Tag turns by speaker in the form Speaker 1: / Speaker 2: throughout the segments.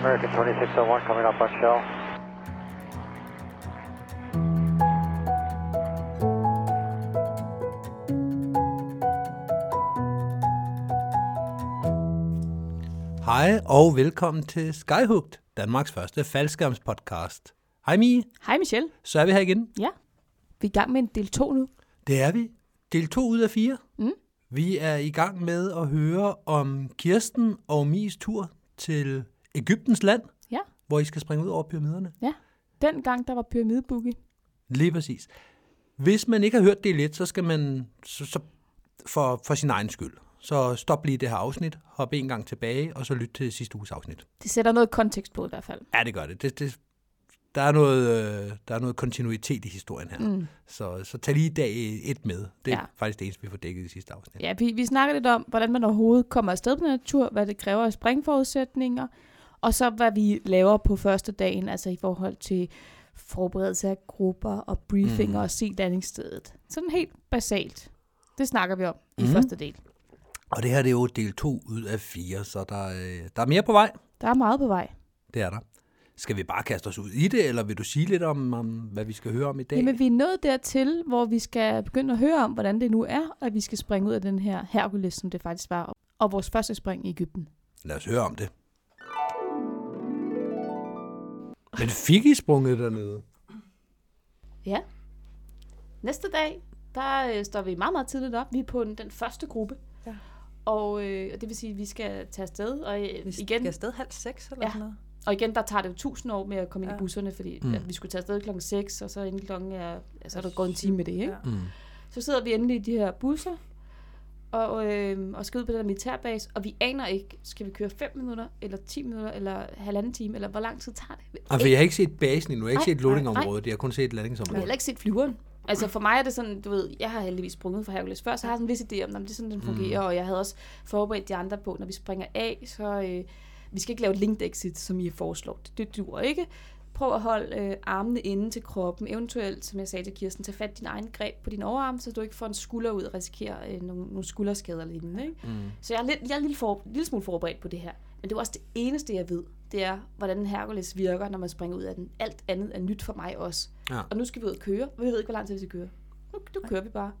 Speaker 1: American 2601 coming up on shell.
Speaker 2: Hej og velkommen til Skyhooked, Danmarks første faldskærmspodcast. Hej Mie,
Speaker 3: Hej Michelle.
Speaker 2: så er vi her igen.
Speaker 3: Ja. Vi er i gang med en del 2 nu.
Speaker 2: Det er vi. Del 2 ud af 4.
Speaker 3: Mm.
Speaker 2: Vi er i gang med at høre om Kirsten og Mies tur til Ægyptens land,
Speaker 3: Ja.
Speaker 2: hvor I skal springe ud over pyramiderne.
Speaker 3: Ja. Dengang der var pyramideboogie.
Speaker 2: Lige præcis. Hvis man ikke har hørt del 1, så skal man så, så for, for sin egen skyld. Så stop lige det her afsnit, hop en gang tilbage, og så lyt til sidste uges afsnit.
Speaker 3: Det sætter noget kontekst på i hvert fald.
Speaker 2: Ja, det gør det. det, det der, er noget, øh, der er noget kontinuitet i historien her. Mm. Så, så tag lige dag et med. Det er ja.
Speaker 3: Ja.
Speaker 2: faktisk det eneste, vi får dækket i sidste afsnit.
Speaker 3: Ja, vi, vi snakker lidt om, hvordan man overhovedet kommer afsted på den her tur, hvad det kræver af springforudsætninger, og så hvad vi laver på første dagen, altså i forhold til forberedelse af grupper og briefinger
Speaker 2: Mhm.
Speaker 3: og se landingsstedet. Sådan helt basalt. Det snakker vi om i
Speaker 2: Mhm.
Speaker 3: første del.
Speaker 2: Og det her det er jo del 2 ud af 4, så der, øh, der er mere på vej.
Speaker 3: Der er meget på vej.
Speaker 2: Det er der. Skal vi bare kaste os ud i det, eller vil du sige lidt om, om hvad vi skal høre om i dag?
Speaker 3: Jamen, vi er nået dertil, hvor vi skal begynde at høre om, hvordan det nu er, og at vi skal springe ud af den her Hercules, som det faktisk var, og vores første spring i Ægypten.
Speaker 2: Lad os høre om det. Men fik I sprunget dernede?
Speaker 3: Ja. Næste dag, der øh, står vi meget, meget tidligt op. Vi er på den, den første gruppe.
Speaker 4: Ja.
Speaker 3: Og øh, og det vil sige, at vi skal tage afsted, og, øh,
Speaker 4: Vi
Speaker 3: igen,
Speaker 4: skal afsted halv seks eller
Speaker 3: Ja.
Speaker 4: ja. sådan noget.
Speaker 3: og igen, der tager det jo tusind år med at komme ind i
Speaker 4: Ja.
Speaker 3: busserne, fordi
Speaker 2: Mm.
Speaker 3: mm. at vi skulle tage afsted klokken 6, og så inden klokken er, ja, så er der gået en time med det, ikke?
Speaker 4: Ja.
Speaker 2: Mm.
Speaker 3: Så sidder vi endelig i de her busser, og, øh, og skal ud på den her militærbase, og vi aner ikke, skal vi køre 5 minutter, eller 10 minutter, eller halvanden time, eller hvor lang tid tager det?
Speaker 2: Og for Altså, jeg har ikke set basen endnu. Jeg har ikke
Speaker 3: Nej,
Speaker 2: set
Speaker 3: nej,
Speaker 2: loadingområdet. Jeg har kun set
Speaker 3: Jeg har
Speaker 2: landingsområdet.
Speaker 3: heller ikke set flyveren. Altså for mig er det sådan, du ved, jeg har heldigvis sprunget for Hercules før, så jeg har sådan en vis idé om, "Nå, men det er sådan, den fungerer, mm. og jeg havde også forberedt de andre på, når vi springer af, så øh, vi skal ikke lave et linked exit, som I foreslår. Det, det duer ikke. Prøv at holde øh, armene inde til kroppen, eventuelt, som jeg sagde til Kirsten, tag fat i din egen greb på din overarm, så du ikke får en skulder ud og risikerer øh, nogle, nogle skulderskader eller lignende. Ikke?
Speaker 2: Mm.
Speaker 3: Så jeg er, lidt, jeg er en lille, for, lille smule forberedt på det her. Men det er jo også det eneste, jeg ved. Det er, hvordan Hercules virker, når man springer ud af den. Alt andet er nyt for mig også.
Speaker 2: Ja.
Speaker 3: Og nu skal vi ud og køre. Vi ved ikke, hvor lang tid vi skal køre. Nu, nu kører vi bare.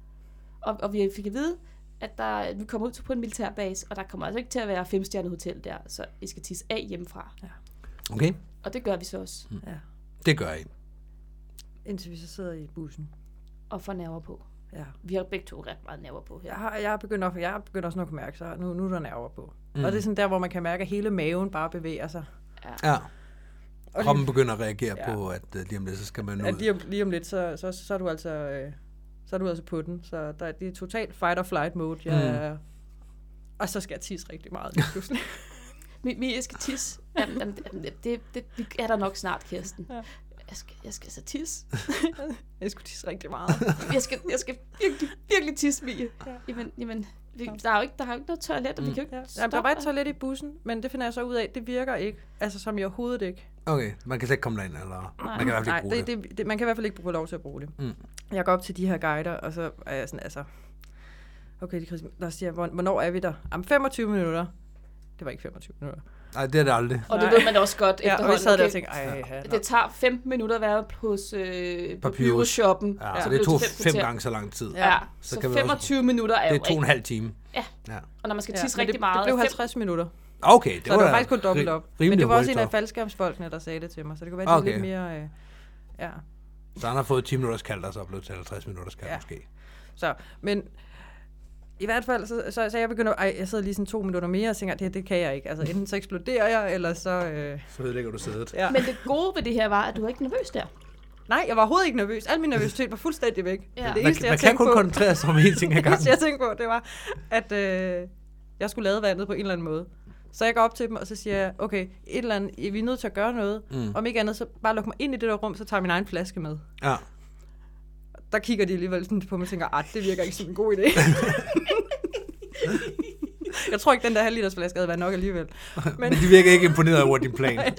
Speaker 3: Og, og vi fik at vide, at, der, at vi kommer ud til på en militærbase, og der kommer altså ikke til at være femstjernet hotel der, så I skal tisse af hjemmefra.
Speaker 2: Okay,
Speaker 3: Og det gør vi så også,
Speaker 4: Ja.
Speaker 2: det gør I.
Speaker 4: Mm. Indtil vi så sidder i bussen.
Speaker 3: og får nerver på.
Speaker 4: Ja.
Speaker 3: Vi har begge to ret meget nerver på her.
Speaker 4: Jeg, har, jeg, begynder, jeg begynder også nok at mærke, så nu, nu er der nerver på. Mm. Og det er sådan der, hvor man kan mærke, at hele maven bare bevæger sig.
Speaker 2: Ja.
Speaker 4: Og
Speaker 2: Kroppen begynder at reagere ja.
Speaker 4: Ja.
Speaker 2: på, at øh, lige om lidt, så skal man
Speaker 4: lige, at
Speaker 2: ud.
Speaker 4: lige, om, lige om lidt, så, så, så, er du altså... Øh, så er du altså på den. Så der, det er totalt fight or flight mode. Jeg,
Speaker 2: Mm.
Speaker 4: er- Og så skal jeg tisse rigtig meget. lige pludselig.
Speaker 3: Vi, vi skal tisse. Jamen, jamen, jamen, det, det, vi er der nok snart, Kirsten.
Speaker 4: Ja.
Speaker 3: Jeg skal, jeg skal så tisse.
Speaker 4: jeg skulle tisse rigtig meget.
Speaker 3: Jeg skal, jeg skal virkelig, virkelig tisse, Mie. Jamen, jamen vi, der, er jo ikke, der er jo ikke noget toilet, og vi kan jo
Speaker 4: Mm. Ja.
Speaker 3: ikke
Speaker 4: Jamen, der var et
Speaker 3: stoppe.
Speaker 4: toilet i bussen, men det finder jeg så ud af, det virker ikke. Altså som i overhovedet ikke.
Speaker 2: Okay, man kan slet ikke komme derind, eller man kan i hvert fald
Speaker 4: Nej,
Speaker 2: ikke bruge det.
Speaker 4: det, det. Det, det, man kan i hvert fald ikke få lov til at bruge det.
Speaker 2: Mm.
Speaker 4: Jeg går op til de her guider, og så er jeg sådan, altså... Okay, de kristne, der siger, "Hvor- hvornår er vi der? Om 25 minutter. Det var ikke 25 minutter.
Speaker 2: Nej, det er det aldrig.
Speaker 3: Og det
Speaker 4: Nej.
Speaker 3: ved man også godt
Speaker 4: Ja,
Speaker 3: efterhånden.
Speaker 4: og vi sad der og
Speaker 3: Det-
Speaker 4: tænkte, ej, ja, nå.
Speaker 3: Det tager 15 minutter at være hos øh,
Speaker 2: Papyrus.
Speaker 3: papyrusshoppen.
Speaker 2: Ja, ja. Så det
Speaker 3: blev
Speaker 2: tog
Speaker 3: til
Speaker 2: fem
Speaker 3: kvarter.
Speaker 2: gange så lang tid.
Speaker 3: Ja,
Speaker 2: Så
Speaker 3: så,
Speaker 2: kan
Speaker 3: så
Speaker 2: vi
Speaker 3: 25 minutter er
Speaker 2: Det
Speaker 3: jo
Speaker 2: er to og en
Speaker 3: ikke.
Speaker 2: halv time.
Speaker 3: Ja.
Speaker 2: ja.
Speaker 3: Og når man skal
Speaker 4: Ja,
Speaker 3: tisse
Speaker 4: men
Speaker 3: rigtig
Speaker 4: det,
Speaker 3: meget.
Speaker 4: Det blev
Speaker 3: fem-
Speaker 4: 50 minutter.
Speaker 2: Okay, det
Speaker 4: så det
Speaker 2: var
Speaker 4: var faktisk kun dobbelt
Speaker 2: ri-
Speaker 4: op. Men
Speaker 2: rimelig
Speaker 4: det var også en
Speaker 2: hurtigt
Speaker 4: af
Speaker 2: op.
Speaker 4: faldskærmsfolkene, der sagde det til mig, så det kunne være, det okay.
Speaker 2: Okay.
Speaker 4: lidt mere... Øh, ja.
Speaker 2: Så han har fået 10 minutters kald, og så er blevet til 50 minutters kald ja.
Speaker 4: Ja.
Speaker 2: måske.
Speaker 4: Så, men i hvert fald, så, så, så jeg begynder, ej, jeg sidder lige sådan to minutter mere og tænker, det, det kan jeg ikke. Altså, enten så eksploderer jeg, eller så... Øh,
Speaker 2: Så ødelægger du sædet.
Speaker 4: ja.
Speaker 3: Men det gode ved det her var, at du var ikke nervøs der.
Speaker 4: Nej, jeg var overhovedet ikke nervøs. Al min nervøsitet var fuldstændig væk.
Speaker 3: Ja.
Speaker 4: Ja. Det
Speaker 3: Man
Speaker 2: Man,
Speaker 4: eneste,
Speaker 2: man
Speaker 4: jeg
Speaker 2: kan
Speaker 4: tænkte
Speaker 2: kun
Speaker 4: på,
Speaker 2: koncentrere sig om én ting ad
Speaker 4: det eneste,
Speaker 2: gangen.
Speaker 4: jeg tænkte på, det var, at øh, jeg skulle lade vandet på en eller anden måde. Så jeg går op til dem, og så siger jeg, okay, et eller andet, vi er nødt til at gøre noget.
Speaker 2: Mm.
Speaker 4: Mm. Om ikke andet, så bare luk mig ind i det der rum, så tager jeg min egen flaske med.
Speaker 2: Ja.
Speaker 4: Der kigger de alligevel sådan på mig og tænker, at det virker ikke som en god idé. jeg tror ikke, den der halvliters flaske havde været nok alligevel.
Speaker 2: Men
Speaker 4: Men-
Speaker 2: de virker ikke imponeret over din plan.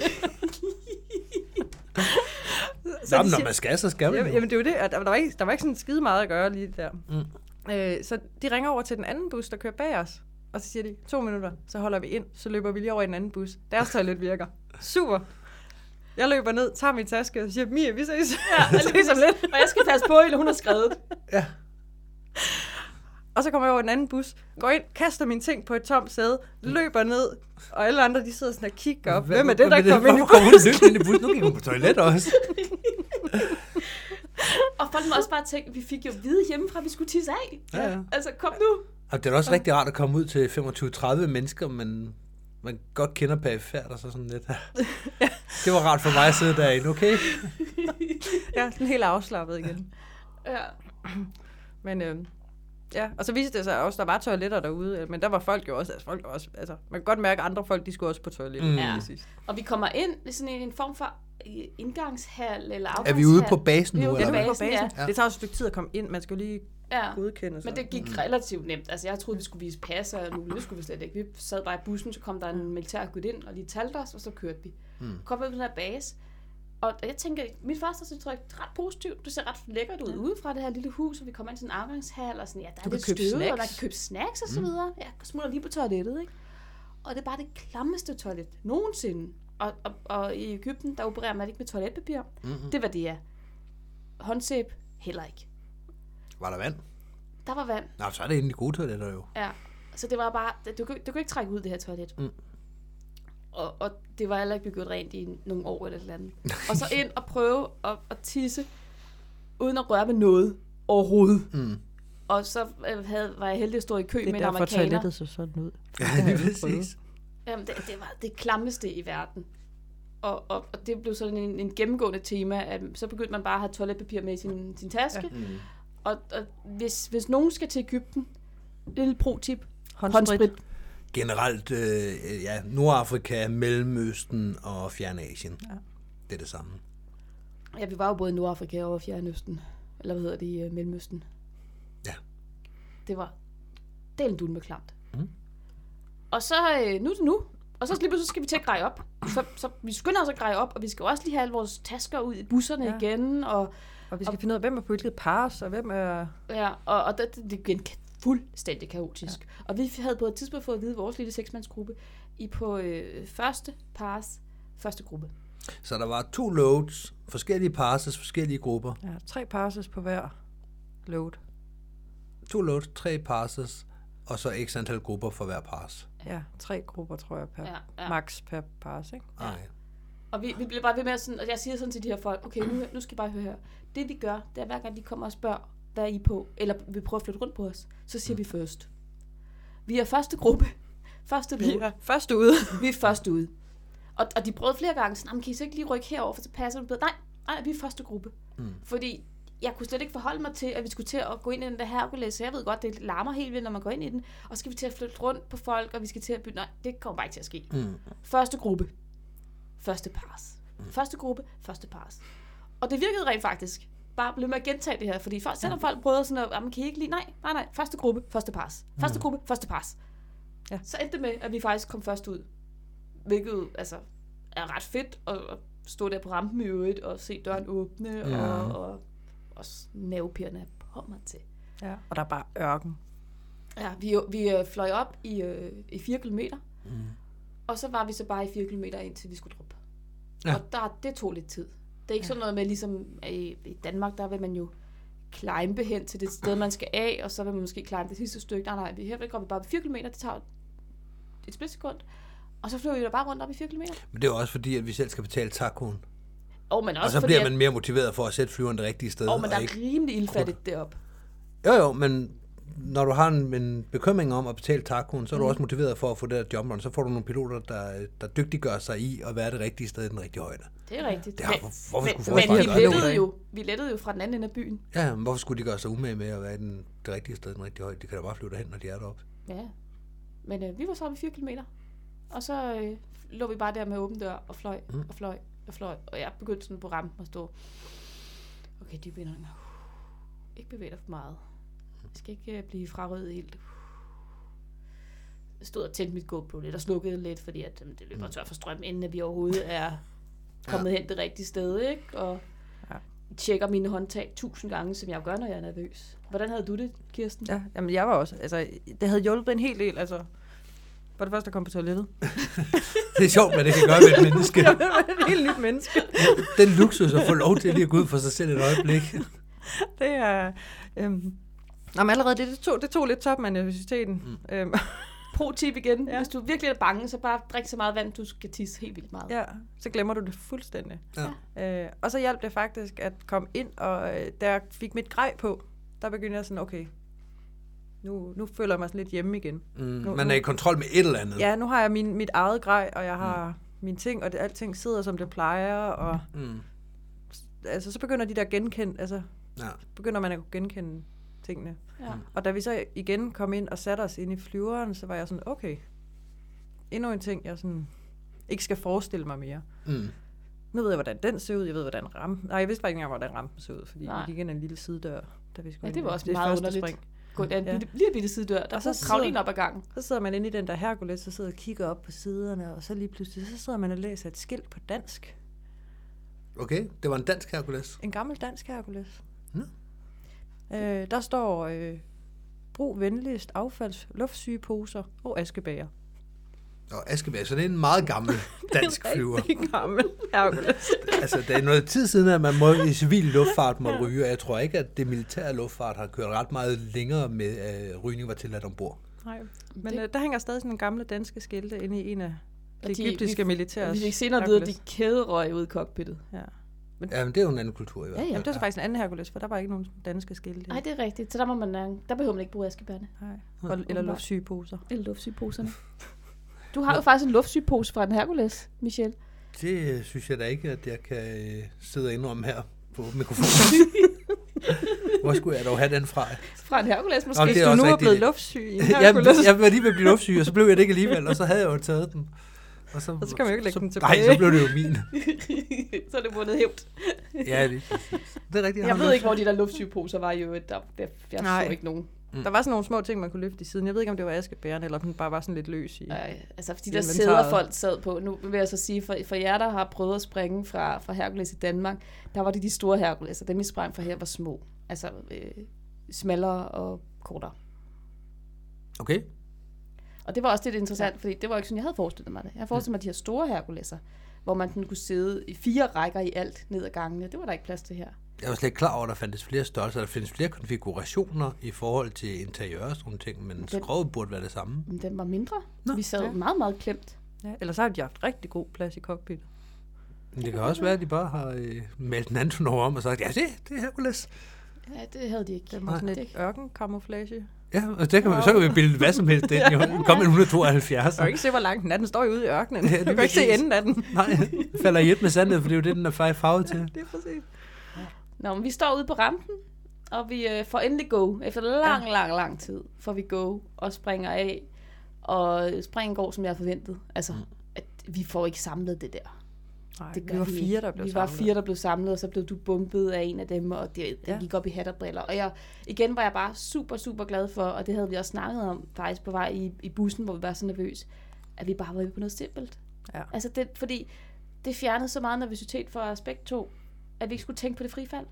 Speaker 4: Så
Speaker 2: Jamen,
Speaker 4: de
Speaker 2: når
Speaker 4: siger-
Speaker 2: man skal, så skal man
Speaker 4: Jamen,
Speaker 2: jo.
Speaker 4: jamen det er jo det, at der var, ikke, der var ikke sådan skide meget at gøre lige der. Mm. Øh, så de ringer over til den anden bus, der kører bag os. og så siger de, to minutter, så holder vi ind, så løber vi lige over i en anden bus. Deres toilet virker. Super. Jeg løber ned, tager min taske og siger, Mia, vi ses. Ja, ses om lidt.
Speaker 3: Og jeg skal passe på, eller hun har skrevet.
Speaker 2: Ja.
Speaker 4: Og så kommer jeg over i en anden bus, går ind, kaster mine ting på et tomt sæde,
Speaker 2: Mm.
Speaker 4: løber ned, og alle andre, de sidder sådan og kigger op. Hvem er det, der kommer ind i
Speaker 2: Hvorfor kom hun løbende ind i bussen? Nu gik hun på toilet også.
Speaker 3: Og folk må også bare tænke, vi fik jo at vide hjemmefra, at vi skulle tisse af.
Speaker 2: Ja, ja.
Speaker 3: Altså, kom nu.
Speaker 2: Og det er da også rigtig rart at komme ud til 25-30 mennesker, men man godt kender perifært og så sådan lidt. Det var rart for mig at sidde derinde, okay?
Speaker 4: Ja, sådan helt afslappet igen.
Speaker 3: Ja.
Speaker 4: Men øh, ja, og så viste det sig også, der var toiletter derude, øh, men der var folk jo også, altså folk var også, altså man kan godt mærke, at andre folk, de skulle også på toilettet.
Speaker 2: Mm.
Speaker 4: Mm.
Speaker 3: Ja.
Speaker 4: Ja.
Speaker 3: Og vi kommer ind i sådan en, en form for øh, indgangshal eller
Speaker 2: Er
Speaker 3: afgangshal.
Speaker 2: vi ude på basen
Speaker 3: Vi er
Speaker 2: nu,
Speaker 3: ude
Speaker 4: Ja,
Speaker 2: eller hvad?
Speaker 4: det, var på
Speaker 3: basen,
Speaker 4: basen.
Speaker 2: ja.
Speaker 4: det tager også et stykke tid at komme ind, man skal jo lige
Speaker 3: Ja.
Speaker 4: godkende sig.
Speaker 3: Men det gik relativt nemt. Altså, jeg troede, vi skulle vise pas og muligt. Det skulle vi slet ikke. Vi sad bare i bussen, så kom der
Speaker 4: Mm.
Speaker 3: en militær gut ind og lige talte os, og så kørte vi. Mm. Kom vi ud på den her base, og jeg tænker, mit første indtryk er ret positivt. Det ser ret lækkert ud udefra det her lille hus, og vi kommer ind til en afgangshal, og sådan, ja, der er
Speaker 4: Du kan
Speaker 3: lidt
Speaker 4: købe
Speaker 3: støvet, og der
Speaker 4: snacks. Mm.
Speaker 3: kan købe snacks og så videre. Jeg smutter lige på toilettet, ikke? Og det er bare det klammeste toilet nogensinde. Og, og, og i Ægypten, der opererer man ikke med toiletpapir. Mm-hmm. Det var det, er. Håndsæb, heller ikke.
Speaker 2: Var der vand?
Speaker 3: Der var vand.
Speaker 2: Nå, så er det egentlig gode toiletter jo.
Speaker 3: Ja, så det var bare, det- du kunne, du kunne ikke trække ud det her toilet.
Speaker 2: Mm.
Speaker 3: Og, og det var heller ikke blevet gjort rent i nogle år eller et eller andet. Og så ind og prøve at, at tisse, uden at røre ved noget overhovedet. Mm. Og så øh, havde, var jeg heldig at stå i kø med en amerikaner.
Speaker 4: så sådan ud.
Speaker 2: Ja, lige præcis.
Speaker 3: Jamen, det, det var det klammeste i verden. Og, og, og det blev sådan en, en gennemgående tema, at så begyndte man bare at have toiletpapir med i sin, sin taske. Ja. Mm. Og, og hvis, hvis nogen skal til Ægypten, lille pro-tip,
Speaker 4: Håndsprit.
Speaker 2: Generelt, øh, ja, Nordafrika, Mellemøsten og Fjernasien. Ja. Det er det samme.
Speaker 3: Ja, vi var jo både i Nordafrika og Fjernøsten. Eller hvad hedder det i øh, Mellemøsten?
Speaker 2: Ja.
Speaker 3: Det var delen dun med klamt. Mm. Og så, øh, nu er det nu. Og så lige pludselig skal vi til at greje op. Så, så vi skynder os at greje op, og vi skal jo også lige have alle vores tasker ud i busserne ja.
Speaker 4: Ja.
Speaker 3: igen. Og,
Speaker 4: Og vi skal finde ud af, hvem er på hvilket pars, og hvem er...
Speaker 3: ja, og, og det, det er igen ka- fuldstændig kaotisk. Ja. Og vi havde på et tidspunkt fået at vide, at vores lille seksmandsgruppe, I på øh, første pars, første gruppe.
Speaker 2: Så der var to loads, forskellige passes, forskellige grupper.
Speaker 4: Ja, tre parses på hver load.
Speaker 2: To loads, tre passes, og så x antal grupper for hver pass.
Speaker 4: Ja, tre grupper, tror jeg, per,
Speaker 3: Ja,
Speaker 4: ja,
Speaker 3: ja.
Speaker 4: ja. max per pars, ikke?
Speaker 2: Ja. Ej.
Speaker 3: Og vi, vi bliver bare ved med at sådan, og jeg siger sådan til de her folk, okay, nu, nu skal I bare høre her. Det vi gør, det er hver gang de kommer og spørger, hvad er I på, eller vi prøver at flytte rundt på os, så siger mm. vi først. Vi er første gruppe, første
Speaker 4: Vi
Speaker 3: gruppe,
Speaker 4: er først ude.
Speaker 3: vi er først ude. Og, og de prøvede flere gange, sådan, "Jamen, kan I så ikke lige rykke herover, for så passer det bedre. Nej, nej, vi er første gruppe. Mm. Fordi jeg kunne slet ikke forholde mig til, at vi skulle til at gå ind i den der Hercules. Så jeg ved godt, det larmer helt vildt, når man går ind i den. Og så skal vi til at flytte rundt på folk, og vi skal til at bytte. Nej, det kommer bare ikke til at ske.
Speaker 2: Mm.
Speaker 3: Første gruppe. Første pars. Første gruppe. Første pars. Og det virkede rent faktisk. Bare blev med at gentage det her, fordi folk, selvom folk prøvede sådan at, "Jamen, kan I ikke lige, nej, nej, nej, første gruppe, første pars. Første gruppe, første pars.
Speaker 4: Ja.
Speaker 3: Så endte det med, at vi faktisk kom først ud. Hvilket altså, er ret fedt at, at stå der på rampen i øvrigt og se døren åbne ja. og, og, og nervepirrende kommer til.
Speaker 4: Ja, og der er bare ørken.
Speaker 3: Ja, vi, vi øh, fløj op i, øh, i 4 km. Mm. Og så var vi så bare i 4 km indtil vi skulle droppe.
Speaker 2: Ja.
Speaker 3: Ja. Og der, det tog lidt tid. Det er ikke ja. sådan noget med, ligesom i, i Danmark, der vil man jo climbe hen til det sted, man skal af, og så vil man måske climbe det sidste stykke. Nej, nej, vi her der går vi bare på 4 km, det tager et splitsekund. Og så flyver vi da bare rundt op i 4 km.
Speaker 2: Men det er jo også fordi, at vi selv skal betale tacoen.
Speaker 3: Og, men også
Speaker 2: Og så
Speaker 3: fordi,
Speaker 2: bliver
Speaker 3: at-
Speaker 2: man mere motiveret for at sætte flyveren det rigtige sted.
Speaker 3: og, men der
Speaker 2: og
Speaker 3: er rimelig ildfattigt deroppe.
Speaker 2: Jo, jo, men når du har en, en bekymring om at betale tacoen, så er du mm. også motiveret for at få det der jobrun. Så får du nogle piloter, der, der dygtiggør sig i at være det rigtige sted i den rigtige højde.
Speaker 3: Det er rigtigt.
Speaker 2: Det har-
Speaker 3: Men-
Speaker 2: hvor- hvorfor
Speaker 3: men,
Speaker 2: skulle
Speaker 3: men
Speaker 2: folk
Speaker 3: vi
Speaker 2: bare gøre det?
Speaker 3: lettede, jo, vi lettede jo fra den anden ende af byen.
Speaker 2: Ja, men hvorfor skulle de gøre sig umage med at være i den, det rigtige sted i den rigtige højde? De kan da bare flyve derhen, når de er deroppe.
Speaker 3: Ja. Men øh, vi var så oppe i 4 km. Og så øh, lå vi bare der med åben dør og fløj mm. og fløj og fløj. Og jeg begyndte sådan på rampen at stå. Okay, dybe indåndinger. Ikke bevæge dig for meget. Jeg skal ikke øh, blive frarøvet helt. Jeg stod og tændte mit GoPro lidt og slukkede lidt, fordi at, jamen, det løber tør for strøm, inden at vi overhovedet er kommet hen det rigtige sted. Ikke? Og
Speaker 4: Ja.
Speaker 3: tjekker mine håndtag tusind gange, som jeg jo gør, når jeg er nervøs. Hvordan havde du det, Kirsten?
Speaker 4: Ja, jamen jeg var også. Altså, det havde hjulpet en hel del. Altså, For det første at komme på toilettet.
Speaker 2: Det er sjovt, hvad det kan gøre ved et menneske.
Speaker 4: Jeg er et helt nyt menneske.
Speaker 2: Den luksus at få lov til lige at gå ud for sig selv et øjeblik.
Speaker 4: Det er... Øhm, Nå, men allerede det, det, tog, det tog lidt toppen af nervøsiteten. Mm. Øhm,
Speaker 3: Pro tip igen.
Speaker 4: Ja.
Speaker 3: Ja. Hvis du virkelig er bange, så bare drik så meget vand, du skal tisse helt vildt meget. Ja.
Speaker 4: ja, så glemmer du det fuldstændig.
Speaker 2: Ja.
Speaker 4: Øh, og så hjalp det faktisk at komme ind, og øh, da jeg fik mit grej på, der begyndte jeg sådan, okay, nu, nu føler jeg mig sådan lidt hjemme igen.
Speaker 2: Mm,
Speaker 4: Nu-
Speaker 2: man er
Speaker 4: nu-
Speaker 2: i kontrol med et eller andet.
Speaker 4: Ja, nu har jeg min, mit eget grej, og jeg har mm. mine ting, og det, alting sidder, som det plejer, og
Speaker 2: Mm,
Speaker 4: altså, så begynder de der genkend, altså,
Speaker 2: ja.
Speaker 4: begynder man at kunne genkende tingene.
Speaker 3: Ja.
Speaker 4: Og da vi så igen kom ind og satte os ind i flyveren, så var jeg sådan, okay, endnu en ting, jeg sådan ikke skal forestille mig mere.
Speaker 2: Mm.
Speaker 4: Nu ved jeg, hvordan den ser ud, jeg ved, hvordan rampen... Nej, jeg vidste bare ikke engang, hvordan rampen så ud, fordi
Speaker 3: Nej.
Speaker 4: vi gik ind ad en lille sidedør, da vi skulle
Speaker 3: Ja,
Speaker 4: ind.
Speaker 3: det var også
Speaker 4: er
Speaker 3: meget
Speaker 4: første
Speaker 3: underligt.
Speaker 4: Spring.
Speaker 3: Gå ind ad en
Speaker 4: Ja.
Speaker 3: ja. lille, lille bitte sidedør, der
Speaker 4: Og
Speaker 3: og
Speaker 4: så
Speaker 3: så kravle
Speaker 4: sidder-
Speaker 3: ind op ad gangen.
Speaker 4: Så sidder man inde i den der Hercules, og sidder og kigger op på siderne, og så lige pludselig, så sidder man og læser et skilt på dansk.
Speaker 2: Okay, det var en dansk Hercules.
Speaker 4: En gammel dansk Hercules.
Speaker 2: Nå.
Speaker 4: Øh, der står, øh, brug venligst affalds, luftsygeposer og askebager.
Speaker 2: Og Askeberg, så det er en meget gammel dansk flyver.
Speaker 4: Rigtig gammel Hercules.
Speaker 2: Altså, det er noget tid siden, at man må, i civil luftfart må ryge, og jeg tror ikke, at det militære luftfart har kørt ret meget længere med, at rygning var tilladt ombord.
Speaker 4: Nej. Men
Speaker 3: Det-
Speaker 4: øh, der hænger stadig sådan nogle gamle danske skilte inde i en af
Speaker 3: Og
Speaker 4: de egyptiske
Speaker 3: vi-
Speaker 4: militærs
Speaker 3: Vi fik senere videre, at de
Speaker 4: Hercules.
Speaker 3: kæderøg ud i cockpittet.
Speaker 4: Ja.
Speaker 2: Jamen, det er jo en anden kultur i hvert
Speaker 3: Ja,
Speaker 2: fald.
Speaker 3: ja.
Speaker 4: Jamen, det var så faktisk en anden Hercules, for der var ikke nogen danske skilte.
Speaker 3: Nej, det er rigtigt. Så der, må man, øh, der behøver man ikke bruge askebærne.
Speaker 4: Nej. Og, eller
Speaker 3: Åbenbart.
Speaker 4: luftsygeposer.
Speaker 3: Eller luftsygeposerne. Du har jo faktisk en luftsygepose fra en Hercules, Michelle.
Speaker 2: Det øh, synes jeg da ikke, at jeg kan øh, sidde og indrømme her på mikrofonen. Hvor skulle jeg dog have den fra?
Speaker 3: Fra en Hercules måske.
Speaker 2: Nå,
Speaker 4: Hvis
Speaker 2: det er
Speaker 4: du
Speaker 2: også
Speaker 4: nu er
Speaker 2: rigtigt.
Speaker 4: blevet luftsyg i en
Speaker 2: jeg,
Speaker 4: Hercules,
Speaker 2: jeg var lige ved at blive luftsyg, og så blev jeg det ikke alligevel, og så havde jeg jo taget den. Og så,
Speaker 4: Og så kan man jo ikke lægge
Speaker 2: så,
Speaker 4: den
Speaker 2: Nej, så
Speaker 4: tilbage.
Speaker 2: blev det jo min.
Speaker 3: så er det vundet hævd.
Speaker 2: Ja, det, det er rigtigt.
Speaker 3: Jeg,
Speaker 2: har
Speaker 3: ved
Speaker 2: luft-
Speaker 3: ikke, hvor de der luftsygeposer var jo. Der, der, jeg
Speaker 4: Nej.
Speaker 3: så ikke nogen.
Speaker 2: mm.
Speaker 4: der var sådan nogle små ting, man kunne løfte i siden. Jeg ved ikke, om det var askebæren, eller om den bare var sådan lidt løs i.
Speaker 3: Øh, altså, de
Speaker 4: I
Speaker 3: der
Speaker 4: inventaret.
Speaker 3: sæder, folk sad på. Nu vil jeg så sige, for, for jer, der har prøvet at springe fra, fra Hercules i Danmark, der var det de store Hercules, og dem, I sprang fra her, var små. Altså, øh, smallere og kortere.
Speaker 2: Okay.
Speaker 3: Og det var også lidt interessant, fordi det var ikke sådan, jeg havde forestillet mig det. Jeg forestillede mig de her store Herculeser, hvor man sådan kunne sidde i fire rækker i alt ned ad gangene. Det var der ikke plads til her.
Speaker 2: Jeg var slet ikke klar over, at der fandtes flere størrelser. Der findes flere konfigurationer i forhold til interiør og sådan nogle ting, men skroget burde være det samme.
Speaker 3: Men den var mindre.
Speaker 2: Nå,
Speaker 3: Nå, vi sad
Speaker 4: ja.
Speaker 3: ja. meget, meget klemt.
Speaker 4: Ja, eller så har de haft rigtig god plads i cockpittet.
Speaker 2: Men det kan også være, at de bare har øh, meldt en Antonov om og sagt, ja, det, det er Hercules.
Speaker 3: Ja, det havde de ikke.
Speaker 4: Det var sådan
Speaker 3: Det-
Speaker 4: lidt ørkenkamouflage.
Speaker 2: Ja, og det kan man, så kan vi bilde hvad som helst ind. Jo. Kom en 172.
Speaker 4: Jeg kan ikke se, hvor langt den er. Den står jo ude i ørkenen.
Speaker 2: Ja,
Speaker 4: du
Speaker 2: lige
Speaker 4: kan ikke se
Speaker 2: præcis.
Speaker 4: enden af den.
Speaker 2: Nej, falder i et med sandet, for det er jo det, den er faktisk farvet til.
Speaker 4: Det er præcis.
Speaker 3: Nå, men vi står ude på rampen, og vi øh, får endelig go. Efter lang, lang, lang tid får vi go og springer af. Og springen går, som jeg forventede. Altså, at vi får ikke samlet det der.
Speaker 4: Nej,
Speaker 3: Det
Speaker 4: vi var
Speaker 3: vi
Speaker 4: fire,
Speaker 3: ikke.
Speaker 4: der blev
Speaker 3: Vi var
Speaker 4: samlet.
Speaker 3: fire, der blev samlet, og så blev du bumpet af en af dem, og det, det
Speaker 4: Ja.
Speaker 3: ja. gik op i hat og briller. Og jeg, igen var jeg bare super, super glad for, og det havde vi også snakket om faktisk på vej i, i bussen, hvor vi var så nervøse, at vi bare var ude på noget simpelt.
Speaker 4: Ja.
Speaker 3: Altså det, fordi det fjernede så meget nervøsitet for aspekt 2, at vi ikke skulle tænke på det frifald.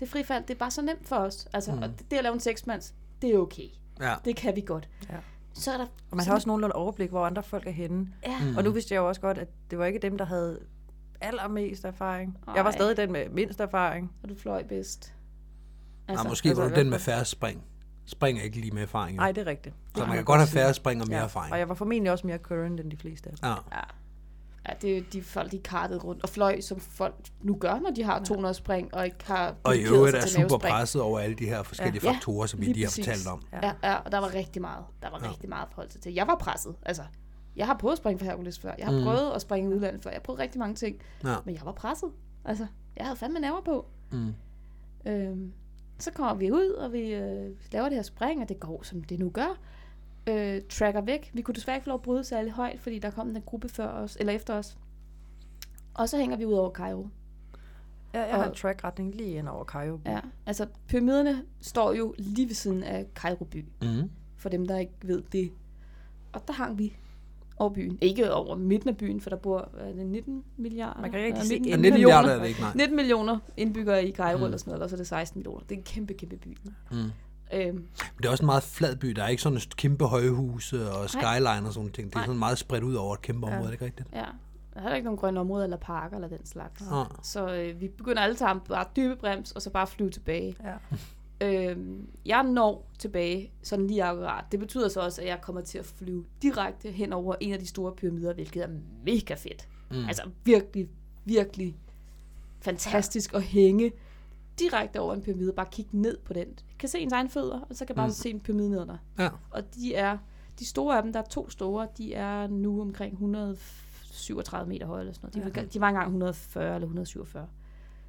Speaker 3: Det frifald, det er bare så nemt for os. Altså, mm. og det, det at lave en seksmands, det er okay.
Speaker 2: Ja.
Speaker 3: Det kan vi godt.
Speaker 4: Ja.
Speaker 3: Så er der...
Speaker 4: Og man
Speaker 3: så
Speaker 4: har også nogenlunde overblik, hvor andre folk er henne.
Speaker 3: Ja.
Speaker 4: Mm. Og nu vidste jeg jo også godt, at det var ikke dem, der havde allermest erfaring. Ej. Jeg var
Speaker 3: Ej.
Speaker 4: stadig den med mindst erfaring.
Speaker 3: Og du fløj bedst.
Speaker 2: Altså, Nej, måske altså,
Speaker 4: altså,
Speaker 2: var
Speaker 4: i
Speaker 2: du
Speaker 4: hvert
Speaker 2: den med
Speaker 4: fald-
Speaker 2: færre spring. Spring er ikke lige med erfaring. jo.
Speaker 4: Nej, det er rigtigt.
Speaker 2: så man kan godt have færre spring og mere
Speaker 4: ja.
Speaker 2: erfaring.
Speaker 4: Og jeg var formentlig også mere current end de fleste af dem.
Speaker 2: Ja.
Speaker 3: Ja. Ja, det er jo de folk, de kartede rundt og fløj, som folk nu gør, når de har 200 spring og ikke har
Speaker 2: Og i
Speaker 3: dedikeret
Speaker 2: øvrigt
Speaker 3: sig
Speaker 2: er
Speaker 3: til
Speaker 2: super
Speaker 3: mavespring.
Speaker 2: presset over alle de her forskellige
Speaker 3: Ja.
Speaker 2: ja.
Speaker 3: Ja,
Speaker 2: faktorer, som vi
Speaker 3: lige
Speaker 2: lige har
Speaker 3: præcis.
Speaker 2: fortalt om.
Speaker 4: Ja.
Speaker 3: Ja, ja, og der var rigtig meget. Der var ja. rigtig meget forhold til. Jeg var presset. Altså, jeg har prøvet at springe for Hercules før. Jeg har mm. prøvet at springe i udlandet før. Jeg har prøvet rigtig mange ting.
Speaker 2: Ja.
Speaker 3: Men jeg var presset. Altså, jeg havde fandme nerver på. Mm. Øhm, så kommer vi ud, og vi øh, laver det her spring, og det går, som det nu gør. Øh, tracker væk. Vi kunne desværre ikke få lov at bryde særlig højt, fordi der kom en gruppe før os, eller efter os. Og så hænger vi ud over Cairo.
Speaker 4: Jeg, jeg har
Speaker 3: Og-
Speaker 4: en trackretning lige ind over Kajo.
Speaker 3: Ja, altså pyramiderne står jo lige ved siden af Cairo by,
Speaker 2: Mm.
Speaker 3: for dem, der ikke ved det. Og der hang vi over byen. Ikke over midten af byen, for der bor er det 19 milliarder.
Speaker 4: Man kan ikke rigtig
Speaker 3: Eller
Speaker 4: se
Speaker 3: 19
Speaker 2: Ja,
Speaker 4: enden.
Speaker 2: 19
Speaker 3: millioner.
Speaker 2: milliarder er det ikke, nej.
Speaker 3: 19 millioner indbyggere i Cairo mm. eller sådan noget, og så er det 16 millioner. Det er en kæmpe, kæmpe by. Mm. Øhm,
Speaker 2: Men det er også en meget flad by. Der er ikke sådan kæmpe højhuse og skyline og sådan nogle ting. Det er
Speaker 3: Nej.
Speaker 2: sådan meget spredt ud over et kæmpe område, ja. ikke rigtigt?
Speaker 3: ja. Der er heller ikke nogen grønne områder eller parker eller den slags.
Speaker 2: Ah.
Speaker 3: Så øh, vi begynder alle sammen bare at dybe brems, og så bare flyve tilbage.
Speaker 4: Ja.
Speaker 3: Øhm, jeg når tilbage, sådan lige akkurat. Det betyder så også, at jeg kommer til at flyve direkte hen over en af de store pyramider, hvilket er mega fedt. Mm. Altså virkelig, virkelig fantastisk at hænge direkte over en pyramide, bare kigge ned på den. Kan se ens egen fødder, og så kan bare mm. se en pyramide nedenunder.
Speaker 2: Ja.
Speaker 3: Og de er, de store af dem, der er to store, de er nu omkring 137 meter høje eller sådan noget. De, var, de var engang 140 eller 147.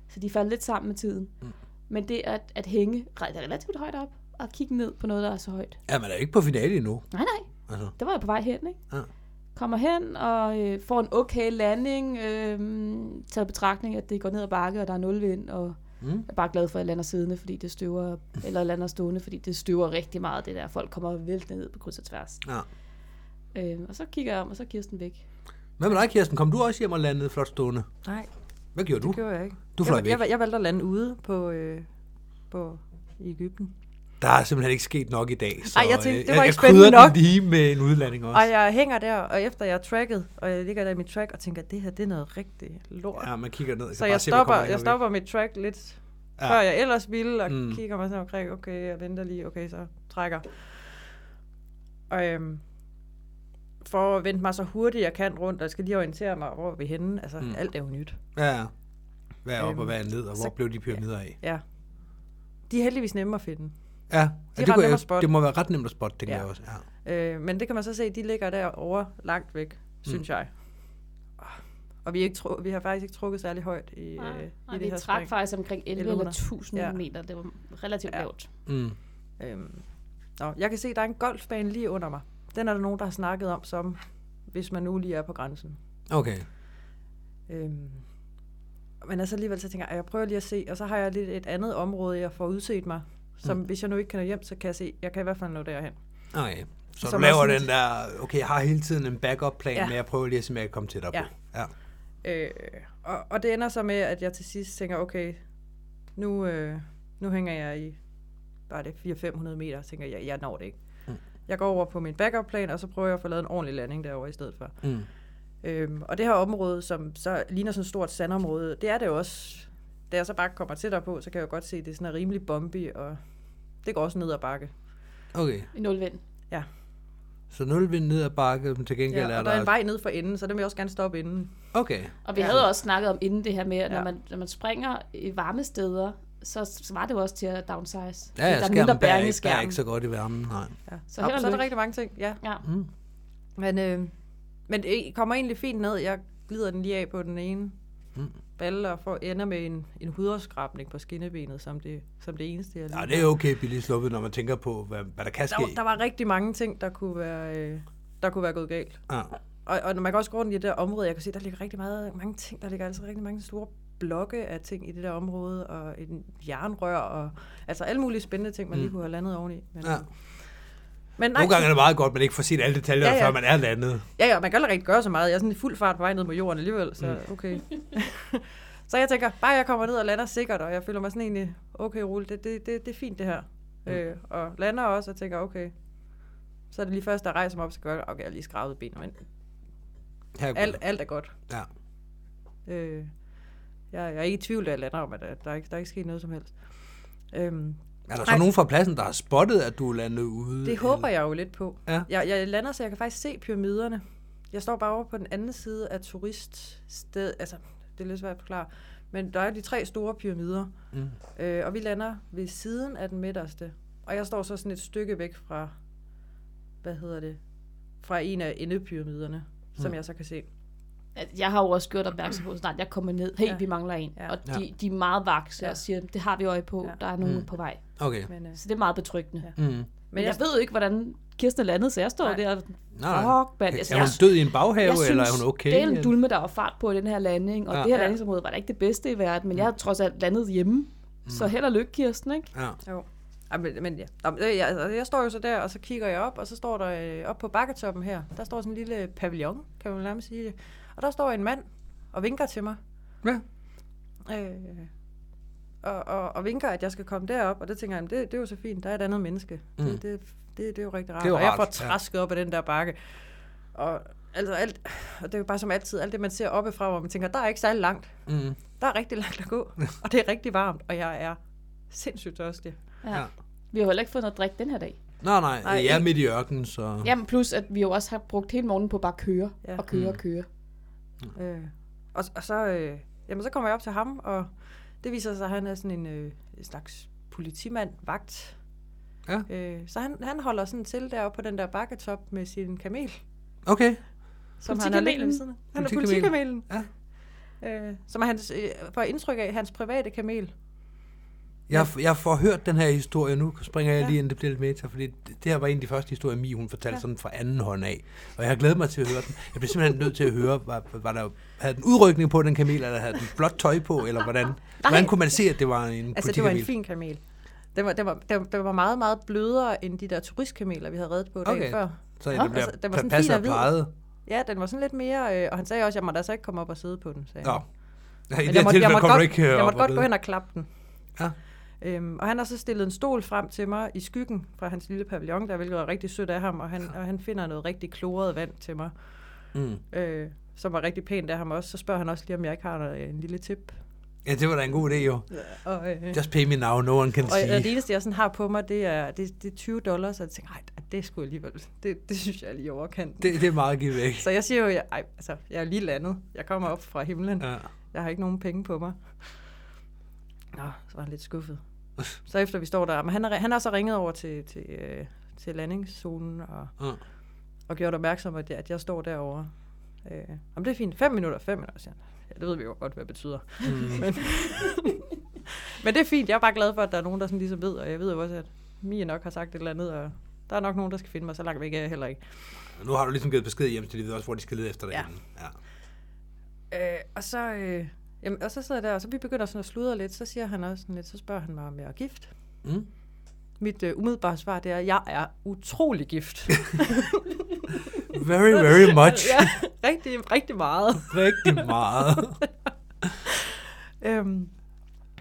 Speaker 3: Så de faldt lidt sammen med tiden. Mm. Men det at, at hænge ret- relativt højt op og kigge ned på noget, der er så højt.
Speaker 2: ja, man er jo ikke på finale endnu.
Speaker 3: Nej, nej,
Speaker 2: Altså,
Speaker 3: der var jeg på vej hen, ikke?
Speaker 2: Ja.
Speaker 3: Kommer hen og øh, får en okay landing, øh, taget i betragtning, at det går ned ad bakke, og der er nul vind, og mm. jeg er bare glad for, at jeg lander siddende, fordi det støver, eller lander stående, fordi det støver rigtig meget, det der. Folk kommer væltende ned på kryds og tværs.
Speaker 2: ja.
Speaker 3: Øh, og så kigger jeg om, og så er Kirsten væk.
Speaker 2: Hvad med dig, Kirsten? Kom du også hjem og landede flot stående?
Speaker 4: Nej,
Speaker 2: Hvad gjorde du?
Speaker 4: det gjorde jeg ikke.
Speaker 2: Uh, Du fløj
Speaker 4: jeg,
Speaker 2: væk.
Speaker 4: Jeg, jeg valgte at lande ude på, øh, på i Ægypten.
Speaker 2: Der er simpelthen ikke sket nok i dag. Så
Speaker 4: Ej, jeg tænkte,
Speaker 2: øh,
Speaker 4: det var
Speaker 2: jeg,
Speaker 4: ikke
Speaker 2: jeg krydrer
Speaker 4: spændende
Speaker 2: den lige med en udlanding også.
Speaker 4: Og jeg hænger der, og efter jeg er tracket, og jeg ligger der i mit track og tænker, at det her det er noget rigtig lort.
Speaker 2: Ja, man kigger ned. og kan
Speaker 4: så
Speaker 2: bare
Speaker 4: jeg
Speaker 2: se, hvad kommer
Speaker 4: stopper,
Speaker 2: ind og
Speaker 4: jeg
Speaker 2: væk.
Speaker 4: stopper mit track lidt,
Speaker 2: Ja.
Speaker 4: ja. før jeg ellers ville, og
Speaker 2: Mm.
Speaker 4: mm. kigger mig sådan omkring, okay, jeg venter lige, okay, så trækker. Og øhm, for at vente mig så hurtigt jeg kan rundt, og jeg skal lige orientere mig, hvor er vi henne, altså mm. alt er jo nyt.
Speaker 2: Ja, ja. Hvad er op og hvad er ned, og hvor
Speaker 4: Øhm, så-
Speaker 2: blev de pyramider af?
Speaker 4: Ja. De er heldigvis nemme at finde.
Speaker 2: Ja, ja det,
Speaker 4: ret
Speaker 2: kunne
Speaker 4: nemme
Speaker 2: jeg,
Speaker 4: at spotte.
Speaker 2: det må være ret nemt at spotte, tænker
Speaker 4: Ja.
Speaker 2: jeg også. Ja.
Speaker 4: Øh, men det kan man så se, de ligger derovre langt væk,
Speaker 2: Mm.
Speaker 4: synes jeg. Og vi, er ikke tru- vi har faktisk ikke trukket særlig højt i, øh, i
Speaker 3: Nej,
Speaker 4: det
Speaker 3: vi
Speaker 4: her
Speaker 3: trak
Speaker 4: spring.
Speaker 3: faktisk omkring 11 eller
Speaker 4: 1100.
Speaker 3: 1000 ja.
Speaker 4: Ja.
Speaker 3: meter. Det var relativt ja.
Speaker 4: Ja.
Speaker 3: lavt.
Speaker 2: Mm.
Speaker 4: Øhm, nå, jeg kan se, der er en golfbane lige under mig. Den er der nogen, der har snakket om, som hvis man nu lige er på grænsen.
Speaker 2: Okay.
Speaker 4: Øhm, men altså alligevel så tænker jeg, "Ej, jeg prøver lige at se, og så har jeg lidt et andet område, jeg får udset mig, som mm. hvis jeg nu ikke kan nå hjem, så kan jeg se, jeg kan i hvert fald nå derhen.
Speaker 2: Okay. Så
Speaker 4: Som
Speaker 2: du
Speaker 4: er
Speaker 2: laver
Speaker 4: sådan
Speaker 2: den der, okay, jeg har hele tiden en backup-plan,
Speaker 4: Ja.
Speaker 2: men jeg prøver lige at se, om jeg kan komme tættere
Speaker 4: Ja.
Speaker 2: på. Ja.
Speaker 4: Øh, og, og det ender så med, at jeg til sidst tænker, okay, nu, øh, nu hænger jeg i bare det 400-500 meter, og tænker jeg, jeg når det ikke. Mm. Jeg går over på min backup-plan, og så prøver jeg at få lavet en ordentlig landing derovre i stedet for.
Speaker 2: Mm.
Speaker 4: Øhm, og det her område, som så ligner sådan et stort sandområde, det er det jo også. Da jeg så bare kommer tættere på, så kan jeg jo godt se, at det sådan er rimelig bumpy, og det går også ned ad bakke.
Speaker 2: Okay.
Speaker 3: I nulvind.
Speaker 4: Ja,
Speaker 2: Så nul vind ned ad bakke, men til gengæld
Speaker 4: ja
Speaker 2: er
Speaker 4: og der er en
Speaker 2: der...
Speaker 4: vej ned for enden, så den vil jeg også gerne stoppe inden.
Speaker 2: Okay.
Speaker 3: Og vi ja. havde også snakket om inden det her med, at når,
Speaker 4: Ja.
Speaker 3: man, når man springer i varme steder, så, så var det jo også til at downsize.
Speaker 2: Ja, ja,
Speaker 3: der er
Speaker 2: skærmen
Speaker 3: mindre
Speaker 2: bærer ikke,
Speaker 3: bæring i
Speaker 2: bærer
Speaker 3: skærmen.
Speaker 2: ikke så godt i varmen, nej.
Speaker 4: Ja.
Speaker 3: Så
Speaker 4: Så, Nå,
Speaker 3: held og
Speaker 4: så er der
Speaker 3: lykke.
Speaker 4: rigtig mange ting, ja.
Speaker 3: Ja.
Speaker 2: Mm.
Speaker 4: Men, øh, men det kommer egentlig fint ned. Jeg glider den lige af på den ene
Speaker 2: Mm.
Speaker 4: balle, og får, ender med en, en hudafskrabning på skinnebenet, som det, som det eneste, jeg
Speaker 2: Ja,
Speaker 4: lige...
Speaker 2: det er okay billigt sluppet, når man tænker på, hvad, hvad der kan
Speaker 4: Der,
Speaker 2: ske.
Speaker 4: var- der var rigtig mange ting, der kunne være, øh, der kunne være gået galt.
Speaker 2: Ja.
Speaker 4: Og, og når man kan også gå rundt i det der område, jeg kan se, der ligger rigtig meget, mange ting. Der ligger altså rigtig mange store blokke af ting i det der område, og en jernrør, og altså alle mulige spændende ting, man lige kunne have landet oveni. Men,
Speaker 2: Mm. Ja.
Speaker 4: men nej,
Speaker 2: Nogle gange er det meget godt, man ikke får set alle detaljer,
Speaker 4: Ja, ja.
Speaker 2: før man er landet.
Speaker 4: Ja, ja, man kan aldrig rigtig gøre så meget. Jeg er sådan i fuld fart på vej ned mod jorden alligevel, så
Speaker 2: Mm.
Speaker 4: okay. så jeg tænker, bare jeg kommer ned og lander sikkert, og jeg føler mig sådan egentlig, okay, roligt, det, det, det, det er fint det her. Mm. Øh, og lander også og tænker, okay, så er det lige først, der rejser mig op, så gør jeg, okay, jeg har lige skravet benene, men
Speaker 2: Her,
Speaker 4: alt, alt er godt.
Speaker 2: Ja.
Speaker 4: Øh, jeg, jeg er ikke i tvivl, da jeg lander om, at der, der, er, ikke, der er ikke sket noget som helst. Øhm,
Speaker 2: Er der så
Speaker 4: Ej.
Speaker 2: nogen fra pladsen, der har spottet, at du er landet ude?
Speaker 4: det håber jeg jo lidt på.
Speaker 2: Ja.
Speaker 4: Jeg, jeg lander, så jeg kan faktisk se pyramiderne. Jeg står bare over på den anden side af turiststed. Altså, det er lidt svært at forklare. Men der er de tre store pyramider. Mm. Øh, og vi lander ved siden af den midterste. Og jeg står så sådan et stykke væk fra, hvad hedder det, fra en af endepyramiderne, mm. som jeg så kan se.
Speaker 3: At Jeg har jo også gjort opmærksom på, at snart jeg kommer ned. Hey, ja. vi mangler en. Ja.
Speaker 4: Ja.
Speaker 3: Og de, de er meget vakse ja.
Speaker 4: Ja.
Speaker 3: og siger, det har vi øje på, ja.
Speaker 4: Ja.
Speaker 3: der er nogen mm. på vej.
Speaker 2: Okay.
Speaker 4: Men, øh,
Speaker 3: Så det er meget betryggende. Ja.
Speaker 2: Mm.
Speaker 3: Men jeg, jeg ved jo ikke, hvordan Kirsten er landet, så jeg står
Speaker 4: Nej.
Speaker 3: der og...
Speaker 2: Nej, nej.
Speaker 3: Fuck, mand. Altså,
Speaker 4: Altså,
Speaker 2: Er hun død i en baghave,
Speaker 3: jeg
Speaker 2: eller er
Speaker 3: synes,
Speaker 2: hun okay?
Speaker 3: det er en dulme, der var fart på i den her landing, og
Speaker 2: Ja.
Speaker 3: ja, det her
Speaker 4: Ja.
Speaker 3: landingsområde var da ikke det bedste i verden, men jeg havde trods alt landet hjemme. Så held og lykke, Kirsten, ikke?
Speaker 2: Ja.
Speaker 4: Jo. Ej, men, men ja. Nå, men, øh, jeg, altså, jeg står jo så der, og så kigger jeg op, og så står der øh, op på bakketoppen her, der står sådan en lille pavillon, kan man nærmest sige det. Og der står en mand og vinker til mig.
Speaker 2: ja.
Speaker 4: Øh, og, og, og vinker, at jeg skal komme derop, og det tænker jeg, jamen, det, det er jo så fint, der er et andet menneske. Mm.
Speaker 2: Mm.
Speaker 4: Det, det, det, det er jo rigtig rart.
Speaker 2: Det er jo
Speaker 4: og jeg
Speaker 2: rart,
Speaker 4: får
Speaker 2: ja.
Speaker 4: trasket op af den der bakke. Og, altså, alt, og det er jo bare som altid, alt det man ser oppefra, hvor man tænker, der er ikke særlig langt.
Speaker 2: Mm.
Speaker 4: Der er rigtig langt at gå, og det er rigtig varmt, og jeg er sindssygt tørstig.
Speaker 3: Ja.
Speaker 2: Ja.
Speaker 3: ja. Vi har heller ikke fået noget drik den her dag.
Speaker 2: Nej, nej,
Speaker 4: Nej,
Speaker 2: jeg er
Speaker 4: ikke-
Speaker 2: midt i ørkenen, så...
Speaker 3: Jamen plus, at vi jo også har brugt hele morgenen på bare at køre
Speaker 4: Ja.
Speaker 3: ja. og køre og køre.
Speaker 4: Øh, og, og så, øh, jamen, så kommer jeg op til ham, og det viser sig, at han er sådan en øh, en slags politimand, vagt.
Speaker 2: Ja.
Speaker 4: Øh, så han, han holder sådan til deroppe på den der bakketop med sin kamel,
Speaker 2: Okay,
Speaker 4: som han har liggende
Speaker 3: Politikamelen.
Speaker 4: ved siden af. Han er
Speaker 2: Politikamelen.
Speaker 4: politikamelen. Ja. Øh, som er hans, øh, får indtryk af, hans private kamel.
Speaker 2: jeg, jeg får hørt den her historie, nu springer jeg
Speaker 4: Ja.
Speaker 2: lige ind, det bliver lidt meta, fordi det det her var en af de første historier, Mi, hun fortalte sådan fra anden hånd af, og jeg har glædet mig til at høre den. Jeg blev simpelthen nødt til at høre, var, var der, havde den udrykning på den kamel, eller havde den blåt tøj på, eller hvordan? Hvordan kunne man se, at det var en
Speaker 4: Altså, det var en
Speaker 2: politikamel?
Speaker 4: fin kamel. Den var, den, var, den, den var meget, meget blødere end de der turistkameler, vi havde reddet på dagen
Speaker 2: Okay.
Speaker 4: før.
Speaker 2: Så ja,
Speaker 3: Nå,
Speaker 2: den bliver
Speaker 4: altså, den var sådan
Speaker 2: passet
Speaker 4: fin
Speaker 2: og
Speaker 4: og hvid.
Speaker 2: plejet.
Speaker 4: Ja, den var sådan lidt mere... Øh, og han sagde også, at jeg måtte altså ikke komme op og sidde på den, sagde
Speaker 2: Nå.
Speaker 4: han.
Speaker 2: Ja, I
Speaker 4: Men
Speaker 2: det her tilfælde kommer du
Speaker 4: godt,
Speaker 2: ikke øh,
Speaker 4: jeg
Speaker 2: op
Speaker 4: måtte
Speaker 2: og
Speaker 4: godt gå
Speaker 2: ride.
Speaker 4: hen og klappe den.
Speaker 2: Ja.
Speaker 4: Øhm, og han har så stillet en stol frem til mig i skyggen fra hans lille pavillon, der hvilket var rigtig sødt af ham, og han, og han finder noget rigtig kloret vand til mig,
Speaker 2: Mm.
Speaker 4: øh, som var rigtig pænt af ham også. Så spørger han også lige, om jeg ikke har noget, øh, en lille tip.
Speaker 2: Ja, det var da en god idé jo.
Speaker 4: Og, øh,
Speaker 2: Just pay me now, no one can
Speaker 4: og, og det
Speaker 2: see.
Speaker 4: eneste, jeg sådan har på mig, det er, det, det er 20 dollars, og jeg tænker, ej, det skulle alligevel, det, det synes jeg er lige i overkanten.
Speaker 2: Det, det er meget givet væk.
Speaker 4: Så jeg siger jo, jeg, ej, altså, jeg er lige landet. Jeg kommer op fra himlen.
Speaker 2: Ja.
Speaker 4: Jeg har ikke nogen penge på mig. Nå, så var han lidt skuffet. Så efter vi står der, men han har, han har så ringet over til, til, øh, til landingszonen og,
Speaker 2: Ja.
Speaker 4: og gjort opmærksom på, at jeg- at jeg står derovre. Øh, om det er fint. 5 minutter, 5 minutter, siger han. Ja, det ved vi jo godt, hvad det betyder. Mm. Men, men det er fint. Jeg er bare glad for, at der er nogen, der sådan ligesom ved, og jeg ved jo også, at Mia nok har sagt et eller andet, og der er nok nogen, der skal finde mig, så langt væk er jeg heller ikke.
Speaker 2: Nu har du ligesom givet besked hjem til, de ved også, hvor de skal lede efter dig.
Speaker 4: Ja.
Speaker 2: henne. ja.
Speaker 4: Øh, og så... Øh, jamen, og så sidder jeg der, og så vi begynder sådan at sludre lidt, så siger han også sådan lidt, så spørger han mig, om jeg er gift.
Speaker 2: Mm.
Speaker 4: Mit øh, umiddelbare svar, det er, at jeg er utrolig gift.
Speaker 2: Very, very much.
Speaker 4: ja, rigtig, rigtig meget.
Speaker 2: Rigtig meget.
Speaker 4: Øhm,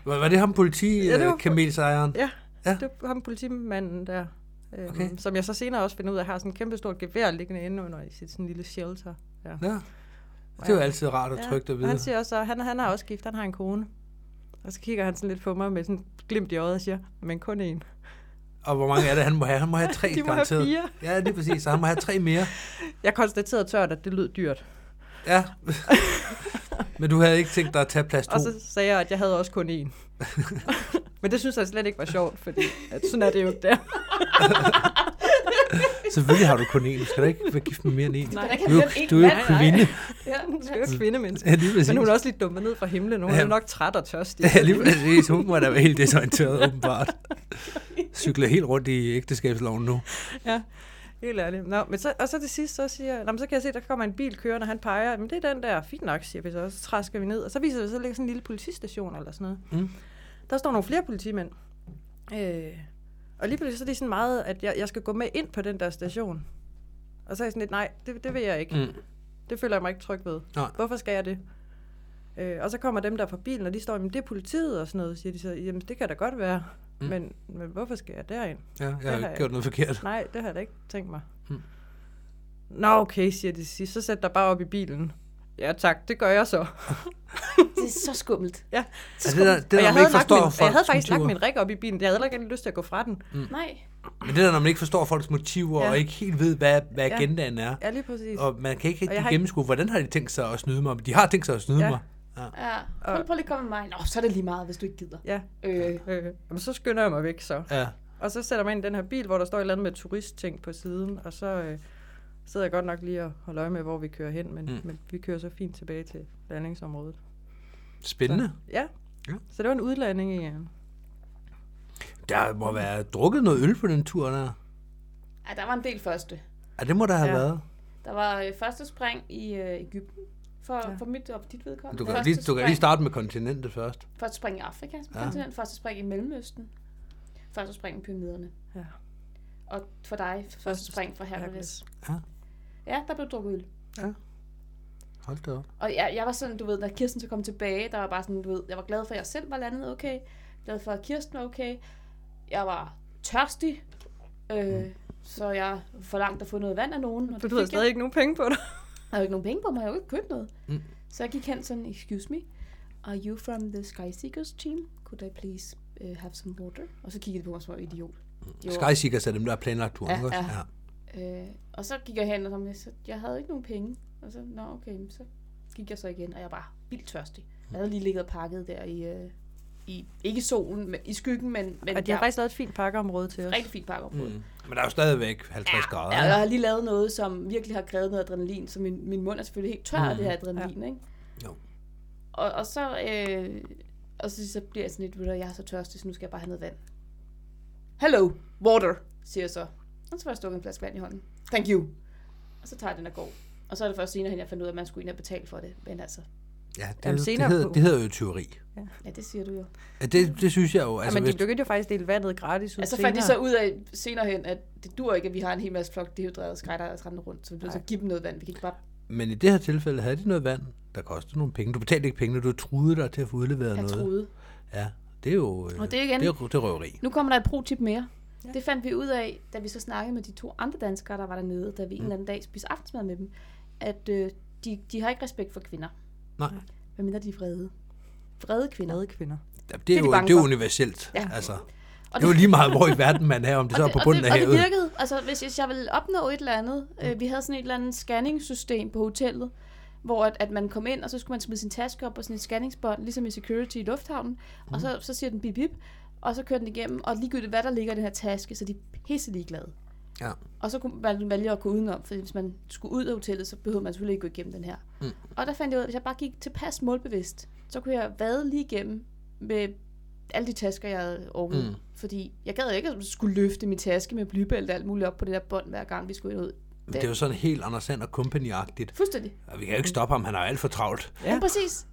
Speaker 2: Var, var det ham politi,
Speaker 4: Ja, det var-
Speaker 2: ja, kamelsejren?
Speaker 4: ja,
Speaker 2: Ja.
Speaker 4: ja, det var ham politimanden der, øhm,
Speaker 2: Okay.
Speaker 4: okay. som jeg så senere også finder ud af, har sådan en kæmpe stort gevær liggende inde under i sit sådan lille shelter. Ja.
Speaker 2: ja. Det er jo altid rart og trygt at
Speaker 4: og
Speaker 2: vide.
Speaker 4: han siger også, at han, han er også gift, han har en kone. Og så kigger han sådan lidt på mig med sådan et glimt i øjet og siger, men kun én.
Speaker 2: Og hvor mange er det, han må have? Han må have tre,
Speaker 4: De må have
Speaker 2: garanteret.
Speaker 4: fire.
Speaker 2: Ja, lige præcis. Så han må have tre mere.
Speaker 4: Jeg konstaterede tørt, at det lød dyrt.
Speaker 2: Ja. Men du havde ikke tænkt dig at tage plads to?
Speaker 4: Og så sagde jeg, at jeg havde også kun én. Men det synes jeg slet ikke var sjovt, fordi at sådan er det jo ikke der.
Speaker 2: Selvfølgelig har du kun én. Du skal da ikke være gift med mere end én.
Speaker 3: Nej, der kan
Speaker 2: Du, er jo-
Speaker 3: være en
Speaker 2: du er jo
Speaker 3: mand.
Speaker 2: kvinde.
Speaker 3: Ja,
Speaker 4: Hun skal jo ikke kvinde, men
Speaker 2: Ja, lige præcis.
Speaker 4: Men hun er også lidt dumpet ned fra himlen. Hun
Speaker 2: Ja.
Speaker 4: er jo nok træt og tørstig.
Speaker 2: Ja, lige præcis. Hun må da være helt desorienteret, åbenbart. Cykler helt rundt i ægteskabsloven nu.
Speaker 4: ja. Helt ærligt. Nå, men så, og så til sidst, så siger jeg, "Nå, men så kan jeg se, der kommer en bil kørende, og han peger, men det er den der, fint nok, siger vi så, og så træsker vi ned. Og så viser det sig, at der ligger sådan en lille politistation eller sådan noget.
Speaker 2: Mm.
Speaker 4: Der står nogle flere politimænd. Øh, og lige pludselig så er det sådan meget, at jeg, jeg skal gå med ind på den der station. Og så er jeg sådan lidt, nej, det, det vil jeg ikke.
Speaker 2: Mm.
Speaker 4: Det føler jeg mig ikke tryg ved.
Speaker 2: Nej.
Speaker 4: Hvorfor skal jeg det? Øh, og så kommer dem der fra bilen, og de står, jamen det er politiet og sådan noget, siger de så, jamen det kan da godt være, mm. men, men hvorfor skal jeg derind?
Speaker 2: Ja, jeg har
Speaker 4: har
Speaker 2: jo ikke
Speaker 4: jeg
Speaker 2: gjort noget forkert.
Speaker 4: Nej, det har jeg da ikke tænkt mig. Mm. Nå okay, siger de til sidst, så sæt dig bare op i bilen. Ja tak, det gør jeg så.
Speaker 3: Det er så skummelt.
Speaker 4: Ja.
Speaker 2: Ja, Altså, det der- det der, man
Speaker 4: og jeg havde,
Speaker 2: ikke
Speaker 4: lagt
Speaker 2: forstår
Speaker 4: min, og jeg havde
Speaker 2: folks
Speaker 4: faktisk lagt
Speaker 2: motiver.
Speaker 4: min rig op i bilen, jeg havde heller ikke lyst til at gå fra den. Mm.
Speaker 3: Nej.
Speaker 2: Men det der, når man ikke forstår folks motiver, ja.
Speaker 4: Ja.
Speaker 2: og ikke helt ved, hvad, hvad
Speaker 4: Ja.
Speaker 2: agendaen er,
Speaker 4: Ja, lige præcis.
Speaker 2: og man kan ikke
Speaker 4: jeg
Speaker 2: rigtig
Speaker 4: har ikke-
Speaker 2: gennemskue, hvordan har de tænkt sig at snyde mig? De har tænkt sig at snyde ja.
Speaker 4: Ja.
Speaker 2: mig. Ja.
Speaker 3: Ja. Prøv, prøv lige at komme med mig. Nå, så er det lige meget, hvis du ikke gider.
Speaker 4: Ja,
Speaker 3: Øh,
Speaker 4: øh, jamen, så skynder jeg mig væk så.
Speaker 2: ja.
Speaker 4: Og så sætter man ind i den her bil, hvor der står et eller andet med turistting på siden, og så øh, sidder jeg godt nok lige og holder øje med, hvor vi kører hen, men, mm. men vi kører så fint tilbage til landingsområdet.
Speaker 2: Spændende.
Speaker 4: Ja.
Speaker 2: Ja.
Speaker 4: ja. Så det var en udlanding i øh, ja.
Speaker 2: Der må være drukket noget øl på den tur der.
Speaker 3: ja, der var en del første.
Speaker 2: Ja, det må der have ja.
Speaker 4: Ja.
Speaker 2: været.
Speaker 3: Der var øh, første spring i øh, Ægypten. For, ja. for mit og dit vedkommende.
Speaker 2: Du kan,
Speaker 3: første
Speaker 2: lige, du kan lige
Speaker 3: spring-
Speaker 2: starte med kontinentet først.
Speaker 3: Første spring i Afrika, som
Speaker 2: Ja.
Speaker 3: kontinent, første spring i Mellemøsten, første spring i pyramiderne.
Speaker 4: Ja.
Speaker 3: Og for dig, første spring fra Hercules.
Speaker 2: Ja.
Speaker 3: Ja, der blev drukket øl.
Speaker 2: Hold da op.
Speaker 3: Og jeg, jeg var sådan, du ved, da Kirsten så kom tilbage, der var bare sådan, du ved, jeg var glad for, at jeg selv var landet okay. glad for, at Kirsten var okay. Jeg var tørstig, øh, så jeg forlangte at få noget vand af nogen. Og
Speaker 4: For
Speaker 3: det
Speaker 4: du har
Speaker 3: fik jeg.
Speaker 4: stadig ikke nogen penge på dig.
Speaker 3: Jeg havde jo ikke nogen penge på mig, jeg havde jo ikke købt noget.
Speaker 2: Mm.
Speaker 3: Mm. Så jeg gik hen sådan, excuse me, are you from the Sky Seekers team? Could I please uh, have some water? Og så kiggede de på mig som om idiot.
Speaker 4: Mm.
Speaker 3: Jo.
Speaker 2: Sky Seekers er dem, der har planlagt turen,
Speaker 3: Ja,
Speaker 2: ikke også?
Speaker 3: ja. Øh, og så gik jeg hen, og så, var jeg så jeg havde ikke nogen penge. Og så, nå okay, men så gik jeg så igen, og jeg var vildt tørstig. Jeg havde lige ligget og pakket der i, øh, i ikke i solen, men, i skyggen, men, men
Speaker 4: Og de
Speaker 3: der-
Speaker 4: har faktisk lavet et fint pakkeområde til os.
Speaker 3: rigtig fint pakkeområde.
Speaker 2: Mm. Men der er jo stadigvæk 50 ja, grader.
Speaker 3: Ja,
Speaker 2: ikke?
Speaker 3: jeg har lige lavet noget, som virkelig har krævet noget adrenalin, så min, min mund er selvfølgelig helt tør af det her adrenalin, ja. ikke?
Speaker 2: Jo.
Speaker 3: Og, og så, øh, og så, så bliver jeg sådan lidt, ved du hvad, jeg er så tørstig, så nu skal jeg bare have noget vand. Hello, water, siger jeg så. Og så får jeg stukket en flaske vand i hånden. Thank you. Og så tager jeg den og går. Og så er det først senere hen, jeg fandt ud af, at man skulle ind og betale for det. Men altså,
Speaker 2: Ja, det,
Speaker 4: Jamen,
Speaker 2: Jamen, det,
Speaker 4: senere
Speaker 2: hedder,
Speaker 4: på-
Speaker 2: det hedder jo teori.
Speaker 3: ja, det siger du jo.
Speaker 2: Ja, det, det synes jeg jo.
Speaker 4: Altså,
Speaker 2: Altså,
Speaker 4: ja, men
Speaker 2: hvis,
Speaker 4: de begyndte jo faktisk at dele vandet gratis ud
Speaker 3: Altså
Speaker 4: senere.
Speaker 3: fandt de så ud af senere hen, at det dur ikke, at vi har en hel masse flok dehydrerede skrætter, der render rundt. Så vi bliver nødt til at give dem noget vand. Vi kan ikke bare
Speaker 2: men i det her tilfælde havde de noget vand, der kostede nogle penge. Du betalte ikke pengene, du truede dig til at få udleveret
Speaker 3: have
Speaker 2: noget.
Speaker 3: truet.
Speaker 2: Ja, det er jo øh,
Speaker 3: Og det er igen-
Speaker 2: det er, jo- det er røveri.
Speaker 3: Nu kommer der et pro-tip mere. Ja. Det fandt vi ud af, da vi så snakkede med de to andre danskere, der var dernede, da
Speaker 2: Mm.
Speaker 3: vi en eller anden dag spiste aftensmad med dem, at øh, de, de har ikke respekt for kvinder,
Speaker 2: Nej,
Speaker 3: medmindre de er vrede. Vrede kvinder.
Speaker 4: Glade kvinder.
Speaker 2: det er,
Speaker 3: er de
Speaker 2: jo,
Speaker 3: bange
Speaker 2: det er jo
Speaker 3: for.
Speaker 2: universelt. Ja.
Speaker 3: Ja.
Speaker 2: Altså,
Speaker 3: Og
Speaker 2: det er jo lige meget, hvor i verden man er, om det så er på bunden
Speaker 3: og, det,
Speaker 2: af
Speaker 3: og det
Speaker 2: havet. Mm.
Speaker 3: virkede. Altså, hvis jeg, hvis jeg ville opnå et eller andet, øh, vi havde sådan et eller andet scanningssystem på hotellet, hvor at, at man kom ind, og så skulle man smide sin taske op på sådan et scanningsbånd, ligesom i security i lufthavnen, mm. og så, så siger den bip bip, og så kører den igennem, og ligegyldigt hvad der ligger i den her taske, så de er pisse ligeglade.
Speaker 2: Ja.
Speaker 3: Og så kunne man vælge at gå udenom, for hvis man skulle ud af hotellet, så behøvede man selvfølgelig ikke gå igennem den her. Mm. Og der fandt jeg ud af, at hvis jeg bare gik tilpas målbevidst, så kunne jeg vade lige igennem med alle de tasker, jeg havde orket. Mm. Fordi jeg gad ikke at skulle løfte min taske med blybælte og alt muligt op på det der bånd, hver gang vi skulle ud.
Speaker 2: Men Det er jo sådan helt Anders Sand og Company-agtigt.
Speaker 3: Fuldstændig.
Speaker 2: Og vi kan jo ikke stoppe ham, han er jo alt for travlt.
Speaker 3: Mm. Ja. ja, præcis.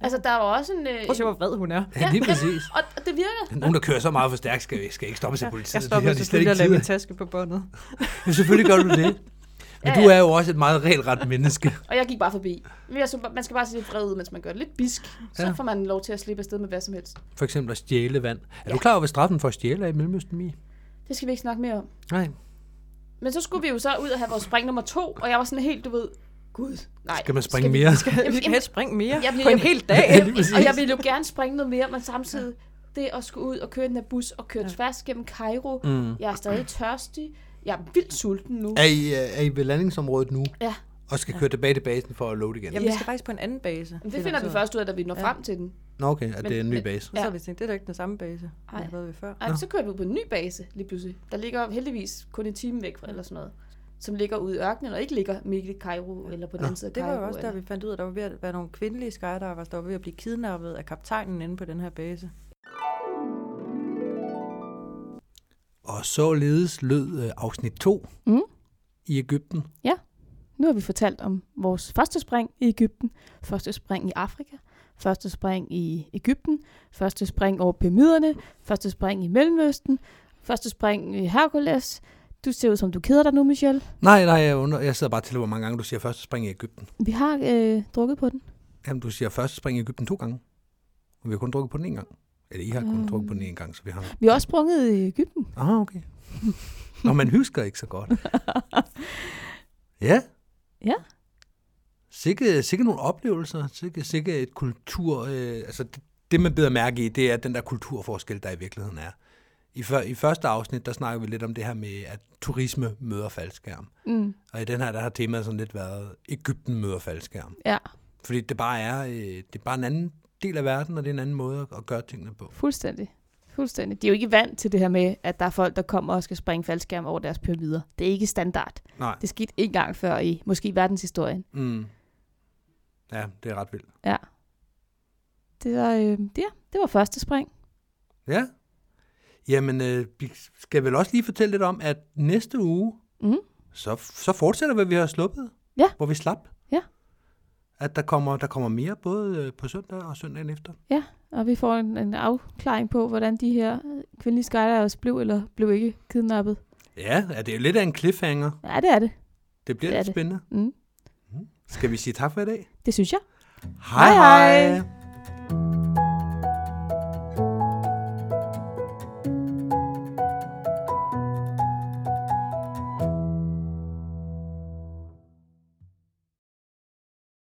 Speaker 3: Altså, der var også en... Øh,
Speaker 4: Prøv at se, hvor vred hun er.
Speaker 2: Ja, lige præcis.
Speaker 3: og og det virker.
Speaker 2: Nogen, der kører så meget for stærkt, skal, skal ikke stoppe til politiet.
Speaker 4: Jeg
Speaker 2: Det har
Speaker 4: stoppede
Speaker 2: de slet
Speaker 4: selvfølgelig at
Speaker 2: ikke
Speaker 4: lade
Speaker 2: tid
Speaker 4: min taske på båndet.
Speaker 2: Men selvfølgelig gør du det. Men du
Speaker 3: Ja, ja.
Speaker 2: er jo også et meget regelret menneske.
Speaker 3: Og jeg gik bare forbi. Men jeg, så, man skal bare se lidt vred ud, mens man gør det. Lidt bisk. Så
Speaker 2: Ja.
Speaker 3: ja. får man lov til at slippe afsted med hvad som helst.
Speaker 2: For eksempel at stjæle vand. Er du klar over, hvad straffen for at stjæle er i Mellemøsten, Mie?
Speaker 3: Det skal vi ikke snakke mere om.
Speaker 2: Nej.
Speaker 3: Men så skulle vi jo så ud og have vores spring nummer to, og jeg var sådan helt, du ved, gud, nej.
Speaker 2: Skal man springe
Speaker 3: skal vi-
Speaker 2: mere?
Speaker 4: Jamen, vi kan helst springe mere
Speaker 3: Jamen,
Speaker 4: på
Speaker 3: jamen-
Speaker 4: en hel dag.
Speaker 2: Lige
Speaker 3: Og
Speaker 2: præcis.
Speaker 3: jeg ville jo gerne springe noget mere, men samtidig det at skulle ud og køre i den her bus og køre ja. tværs gennem Cairo. Mm. Jeg er stadig tørstig. Jeg er vildt sulten nu.
Speaker 2: Er I, øh, er I ved landingsområdet nu,
Speaker 3: Ja,
Speaker 2: og skal køre tilbage til basen for at loade igen?
Speaker 4: Jamen, vi
Speaker 3: Ja.
Speaker 4: skal faktisk på en anden base.
Speaker 3: men det finder vi først ud af, da vi når ja. frem til den.
Speaker 2: Nå, okay, at det er en ny
Speaker 3: men-
Speaker 2: base.
Speaker 4: Og så
Speaker 3: Ja.
Speaker 4: har vi tænkt, det er da ikke den samme base, vi har
Speaker 3: Ej.
Speaker 4: været ved før.
Speaker 3: Ej, så kørte vi ud på en ny base lige pludselig. Der ligger heldigvis kun en time væk fra, eller sådan noget. Som ligger ude i ørkenen, og ikke ligger midt i Cairo, eller på den anden side af
Speaker 4: Det
Speaker 3: Cairo.
Speaker 4: var jo også der,
Speaker 3: eller-
Speaker 4: vi fandt ud af, at der var ved at være nogle kvindelige skydivers, der var ved at blive kidnappet af kaptajnen inde på den her base.
Speaker 2: Og således lød øh, afsnit 2
Speaker 3: Mm.
Speaker 2: i Ægypten.
Speaker 3: Nu har vi fortalt om vores første spring i Ægypten, første spring i Afrika, første spring i Ægypten, første spring over Pyramiderne, første spring i Mellemøsten, første spring i Herkules. Du ser ud som, du keder dig nu, Michelle.
Speaker 2: Nej, nej, jeg, under, jeg sidder bare til, hvor mange gange du siger første spring i Ægypten.
Speaker 3: Vi har øh, drukket på den.
Speaker 2: Jamen, du siger første spring i Ægypten to gange. Og vi har kun drukket på den en gang. Eller I har kun
Speaker 3: Mm.
Speaker 2: drukket på den en gang, så vi har...
Speaker 3: Vi har også sprunget i Ægypten.
Speaker 2: Ah, okay. Nå, man husker ikke så godt. Ja.
Speaker 3: Ja.
Speaker 2: Sikke, sikke nogle oplevelser, sikke, sikke et kultur... Øh, altså, det, det, man beder mærke i, det er den der kulturforskel, der i virkeligheden er. I, før, I første afsnit, der snakker vi lidt om det her med, at turisme møder faldskærm.
Speaker 3: Mm.
Speaker 2: Og i den her, der har temaet sådan lidt været, Ægypten møder faldskærm.
Speaker 3: Ja,
Speaker 2: Fordi det bare er, øh, det er bare en anden del af verden, og det er en anden måde at- at gøre tingene på.
Speaker 3: fuldstændig. Fuldstændig. De er jo ikke vant til det her med, at der er folk, der kommer og skal springe faldskærm over deres pyramider. Det er ikke standard.
Speaker 2: Nej.
Speaker 3: Det skete en gang før i måske verdenshistorien.
Speaker 2: Mm. Ja, det er ret vildt.
Speaker 3: Ja. Det var, øh, ja, det var første spring.
Speaker 2: Ja. Jamen, øh, vi skal vel også lige fortælle lidt om, at næste uge,
Speaker 3: Mhm.
Speaker 2: så, så fortsætter hvad vi har sluppet.
Speaker 3: Ja.
Speaker 2: Hvor vi slap.
Speaker 3: Ja.
Speaker 2: At der kommer, der kommer mere, både øh, på søndag og søndagen efter.
Speaker 3: Ja, og vi får en, en afklaring på, hvordan de her øh, kvindelige skydivers blev eller blev ikke kidnappet.
Speaker 2: Ja, ja det er jo lidt af en cliffhanger.
Speaker 3: Ja, det er det.
Speaker 2: Det bliver
Speaker 3: Det er
Speaker 2: lidt
Speaker 3: det.
Speaker 2: spændende.
Speaker 3: Mm.
Speaker 2: Skal vi sige tak for i dag?
Speaker 3: Det synes jeg.
Speaker 2: Hej
Speaker 3: Hej, hej.
Speaker 2: hej!